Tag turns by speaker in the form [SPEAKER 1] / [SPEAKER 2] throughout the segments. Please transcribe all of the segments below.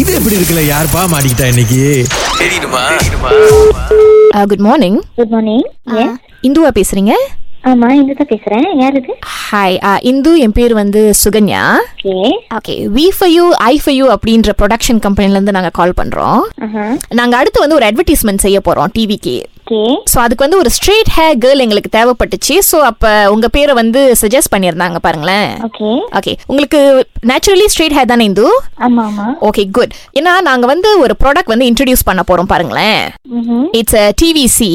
[SPEAKER 1] இது எப்படி இருக்குல்ல யாருப்பா மாட்டிக்கிட்டா இன்னைக்கு
[SPEAKER 2] good morning
[SPEAKER 3] good morning yes
[SPEAKER 2] இந்துவா பேசுறீங்க
[SPEAKER 3] ஆமா இந்து தான் பேசுறேன் யார் இது
[SPEAKER 2] ஹாய் இந்து uh, என் பேர் வந்து Sukanya
[SPEAKER 3] okay
[SPEAKER 2] okay V for you I for you அப்படின்ற ப்ரொடக்ஷன் கம்பெனிலேருந்து நாங்கள் கால் பண்ணுறோம் நாங்கள் அடுத்து வந்து ஒரு அட்வர்டைஸ்மெண்ட் செய்ய போகிறோம் டிவிக்கு
[SPEAKER 3] ஓகே
[SPEAKER 2] ஸோ அதுக்கு வந்து ஒரு ஸ்ட்ரெயிட் ஹேர் கேர்ள் எங்களுக்கு தேவைப்பட்டுச்சு ஸோ அப்போ உங்கள் பேரை வந்து சஜஸ்ட் பண்ணியிருந்தாங்க பாருங்களேன்
[SPEAKER 3] ஓகே
[SPEAKER 2] ஓகே உங்களுக்கு நேச்சுரலி ஸ்ட்ரெயிட் ஹேர் தானே இந்து
[SPEAKER 3] ஆமா ஆமா
[SPEAKER 2] ஓகே குட் ஏன்னா நாங்கள் வந்து ஒரு ப்ராடக்ட் வந்து இன்ட்ரடியூஸ் பண்ண போகிறோம் பாருங்களேன்
[SPEAKER 3] ம்ஹும்.
[SPEAKER 2] இட்ஸ் டிவிசி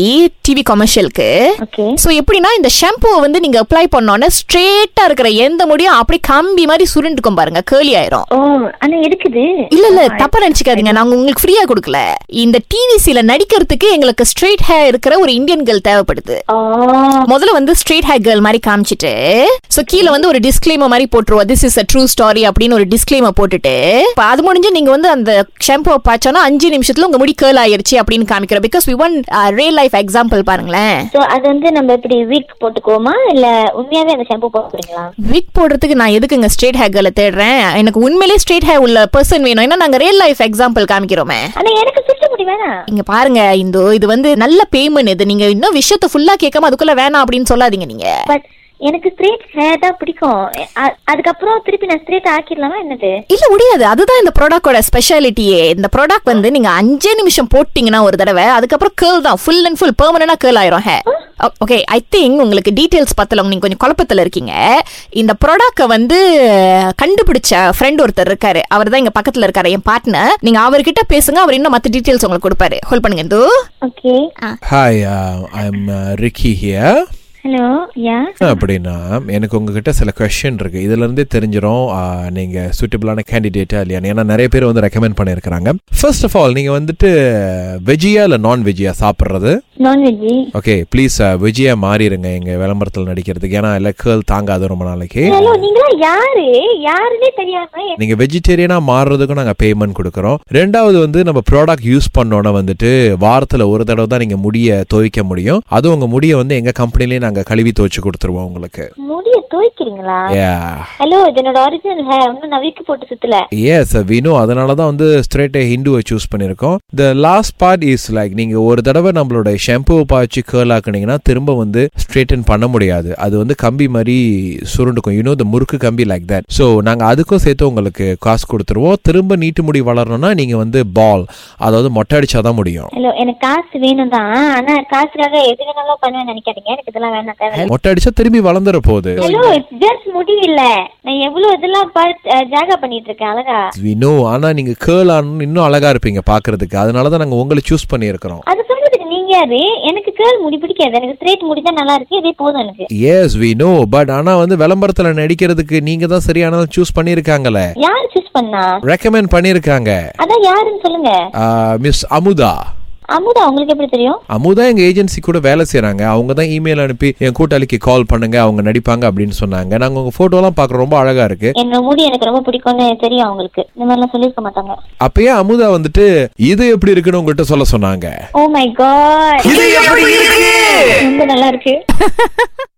[SPEAKER 2] டிவி கமர்ஷியலுக்கு
[SPEAKER 3] ஓகே
[SPEAKER 2] ஸோ எப்படின்னா இந்த ஷாம்புவை வந்து நீங்க அப்ளை பண்ணோன்னே ஸ்ட்ரெயிட்டா இருக்கிற எந்த முடியும் அப்படியே கம்பி மாதிரி சுருண்டுக்கும் பாருங்க கேர்லி ஆயிரும்
[SPEAKER 3] ஓ ஆனா இருக்குது
[SPEAKER 2] இல்ல இல்ல தப்பா நினைச்சுக்காதீங்க நாங்க உங்களுக்கு ஃப்ரீயா கொடுக்கல இந்த டிவிசில நடிக்கிறதுக்கு எங்களுக்கு ஸ்ட்ரெயிட் ஹேர் இருக்கிற ஒரு இந்தியன் கேர்ள் தேவைப்படுது
[SPEAKER 3] ஓ
[SPEAKER 2] முதல்ல வந்து ஸ்ட்ரெயிட் ஹேர் கேர்ள் மாதிரி காமிச்சிட்டு சோ கீழ வந்து ஒரு டிஸ்க்ளைமர் மாதிரி போட்டுருவோம் this is a true story அப்படின்னு ஒரு டிஸ்க்ளைமர் போட்டுட்டு இப்ப அது முடிஞ்சு நீங்க வந்து அந்த ஷாம்புவை பாய்ச்சோன்னா அஞ்சு நிமிஷத்துல உங்க முடி கேர்ள் ஆயிருச்சு அப்படின்னு காமிக்கிறோம் because we one real life example பாருங்களேன்
[SPEAKER 3] சோ அது வந்து நம்ம எப்படி வீக் போட்டுக்குவோமா இல்ல உண்மையாவே அந்த ஷாம்பு போட்டுக்கிறீங்களா
[SPEAKER 2] விக் போடுறதுக்கு நான் எதுக்குங்க ஸ்ட்ரெயிட் ஹேர் கேர்ளை தேடுறேன் எனக்கு உண்மையிலேயே ஸ்ட்ரெயிட் ஹேர் உள்ள பர்சன் வேணும் ஏன்னா நாங்க ரியல் லைஃப் எக்ஸாம்பிள் காமிக்கிறோமே
[SPEAKER 3] ஆனா எனக்கு சுத்த முடி வேணாம்
[SPEAKER 2] இங்க பாருங்க இந்து இது வந்து நல்ல பேமெண்ட் இது நீங்க இன்னும் விஷயத்தை ஃபுல்லா கேட்காம அதுக்குள்ள வேணாம் அப்படின்னு சொல்லாதீங்க நீங்க
[SPEAKER 3] பட் எனக்கு ஸ்ட்ரேட் ஹேர் தான் பிடிக்கும் அ- அதுக்கப்புறம் திருப்பி நான் ஸ்ட்ரேட் ஆக்கிடலாமா என்னது
[SPEAKER 2] இல்ல முடியாது அதுதான் இந்த ப்ராடக்டோட ஸ்பெஷாலிட்டியே இந்த ப்ராடக்ட் வந்து நீங்க அஞ்சே நிமிஷம் போட்டீங்கன்னா ஒரு தடவை அதுக்கப்புறம் கேர்ள் தான் ஃபுல் அண்ட் ஃபுல் பெர்மனண்டா கேர்ள் ஆயிரும் ஹே ஓகே ஐ திங்க் உங்களுக்கு டீடைல்ஸ் பத்தலவங்க நீங்க கொஞ்சம் குழப்பத்துல இருக்கீங்க இந்த ப்ராடக்ட வந்து கண்டுபிடிச்ச ஃப்ரெண்ட் ஒருத்தர் இருக்காரு அவர் தான் இங்க பக்கத்துல இருக்காரு என் பார்ட்னர் நீங்க அவர்கிட்ட பேசுங்க அவர் இன்னும் மத்த டீடைல்ஸ் உங்களுக்கு கொடுப்பாரு ஹோல்ட் பண்ணுங்க Indu
[SPEAKER 3] okay
[SPEAKER 4] hi I'm Ricky here
[SPEAKER 3] hello yeah
[SPEAKER 4] uh, அப்படின்னா எனக்கு உங்ககிட்ட சில கொஷின் இருக்கு இதுல இருந்தே தெரிஞ்சிடும் uh, நீங்க சூட்டபிளான கேண்டிடேட்டா இல்லையான்னு ஏன்னா நிறைய பேர் வந்து ரெக்கமெண்ட் பண்ணியிருக்கிறாங்க ஃபர்ஸ்ட் ஆஃப் ஆல் நீங்க வந்துட்டு வெஜியா இல்லை நான் வெஜியா சாப்பிட்றது
[SPEAKER 3] நான்வெஜ்
[SPEAKER 4] ஓகே ப்ளீஸ் வெஜியா மாறிடுங்க எங்க விளம்பரத்தில் நடிக்கிறதுக்கு ஏன்னா இல்லை கேர்ள் தாங்காது ரொம்ப நாளைக்கு
[SPEAKER 3] ஹலோ நீங்களா யாரு யாருன்னே தெரியாம
[SPEAKER 4] நீங்க வெஜிடேரியனா மாறுறதுக்கும் நாங்க பேமெண்ட் கொடுக்கறோம் ரெண்டாவது வந்து நம்ம ப்ராடக்ட் யூஸ் பண்ணோன்னே வந்துட்டு வாரத்துல ஒரு தடவை தான் நீங்க முடிய துவைக்க முடியும் அதுவும் உங்க முடிய வந்து எங்க கம்பெனிலேயே நாங்க கழுவி துவைச்சு கொடுத்துருவோம் உங்களுக்கு
[SPEAKER 3] முடிய துவைக்கிறீங்களா ஹலோ இது என்னோட ஒரிஜினல் ஹேர் இன்னும் நான் வீக்கு போட்டு சுத்தல
[SPEAKER 4] எஸ் வினு uh, அதனால தான் வந்து ஸ்ட்ரெயிட்டே ஹிந்துவை சூஸ் பண்ணியிருக்கோம் the last part is like நீங்க ஒரு தடவை நம்மளோட ஷாம்புவை பாய்ச்சி கேர்ள் ஆக்குனீங்கன்னா திரும்ப வந்து ஸ்ட்ரெயிட்டன் பண்ண முடியாது அது வந்து கம்பி மாதிரி சுருண்டுக்கும் you know the murukku kambi like that so நாங்க அதுக்கும் சேர்த்து உங்களுக்கு காசு கொடுத்துருவோம் திரும்ப நீட்டு முடி வளரணும்னா நீங்க வந்து பால் அதாவது மொட்டை அடிச்சாதான் முடியும்
[SPEAKER 3] ஹலோ எனக்கு காசு வேணும் தான் ஆனா காசுக்காக எது வேணாலும் பண்ணுவேன் நினைக்காதீங்க எனக்கு இதெல்லாம் வேணாம் தேவை
[SPEAKER 4] மொட்டை அடிச்சா திரும்பி வளர்ந்துற போகுது
[SPEAKER 3] ஹலோ ஜஸ்ட் முடியல நான் எவ்வளவு இதெல்லாம் பார்த்து அஹ், ஜாகா பண்ணிட்டு இருக்கேன் அழகா
[SPEAKER 4] வினு ஆனா நீங்க கேர்ள் ஆனு இன்னும் அழகா இருப்பீங்க பாக்குறதுக்கு அதனால தான் நாங்க உங்களை சூஸ் பண்ணியிருக்கிறோம்
[SPEAKER 3] அது சொல்றதுக்கு நீங்க யாரு எனக்கு கேர்ள் முடி பிடிக்காது எனக்கு ஸ்ட்ரெயிட் முடி தான் நல்லா இருக்கு இதே போதும் எனக்கு
[SPEAKER 4] எஸ் வி நோ பட் ஆனா வந்து விளம்பரத்துல நடிக்கிறதுக்கு நீங்க தான் சரியானதை சூஸ் பண்ணிருக்காங்கல்ல
[SPEAKER 3] யார் சூஸ் பண்ணா
[SPEAKER 4] ரெக்கமெண்ட் பண்ணிருக்காங்க
[SPEAKER 3] அதான் யாருன்னு சொல்லுங்க
[SPEAKER 4] மிஸ் அமுதா
[SPEAKER 3] அமுதா உங்களுக்கு எப்படி தெரியும்
[SPEAKER 4] அமுதா எங்க ஏஜென்சி கூட வேலை செய்றாங்க அவங்க தான் இமெயில் அனுப்பி என் கூட்டாளிக்கு கால் பண்ணுங்க அவங்க நடிப்பாங்க அப்படின்னு சொன்னாங்க நாங்க உங்க photo எல்லாம் பார்க்க ரொம்ப அழகா இருக்கு
[SPEAKER 3] என்னோட முடி எனக்கு ரொம்ப பிடிக்கும்னு தெரியும் அவங்களுக்கு இந்த மாதிரிலாம் சொல்லியிருக்க மாட்டாங்க
[SPEAKER 4] அப்பயே அமுதா வந்துட்டு இது எப்படி இருக்குன்னு உங்கள்கிட்ட
[SPEAKER 3] Oh
[SPEAKER 4] சொல்ல சொன்னாங்க
[SPEAKER 3] ஓ மை காட் ரொம்ப நல்லா இருக்கு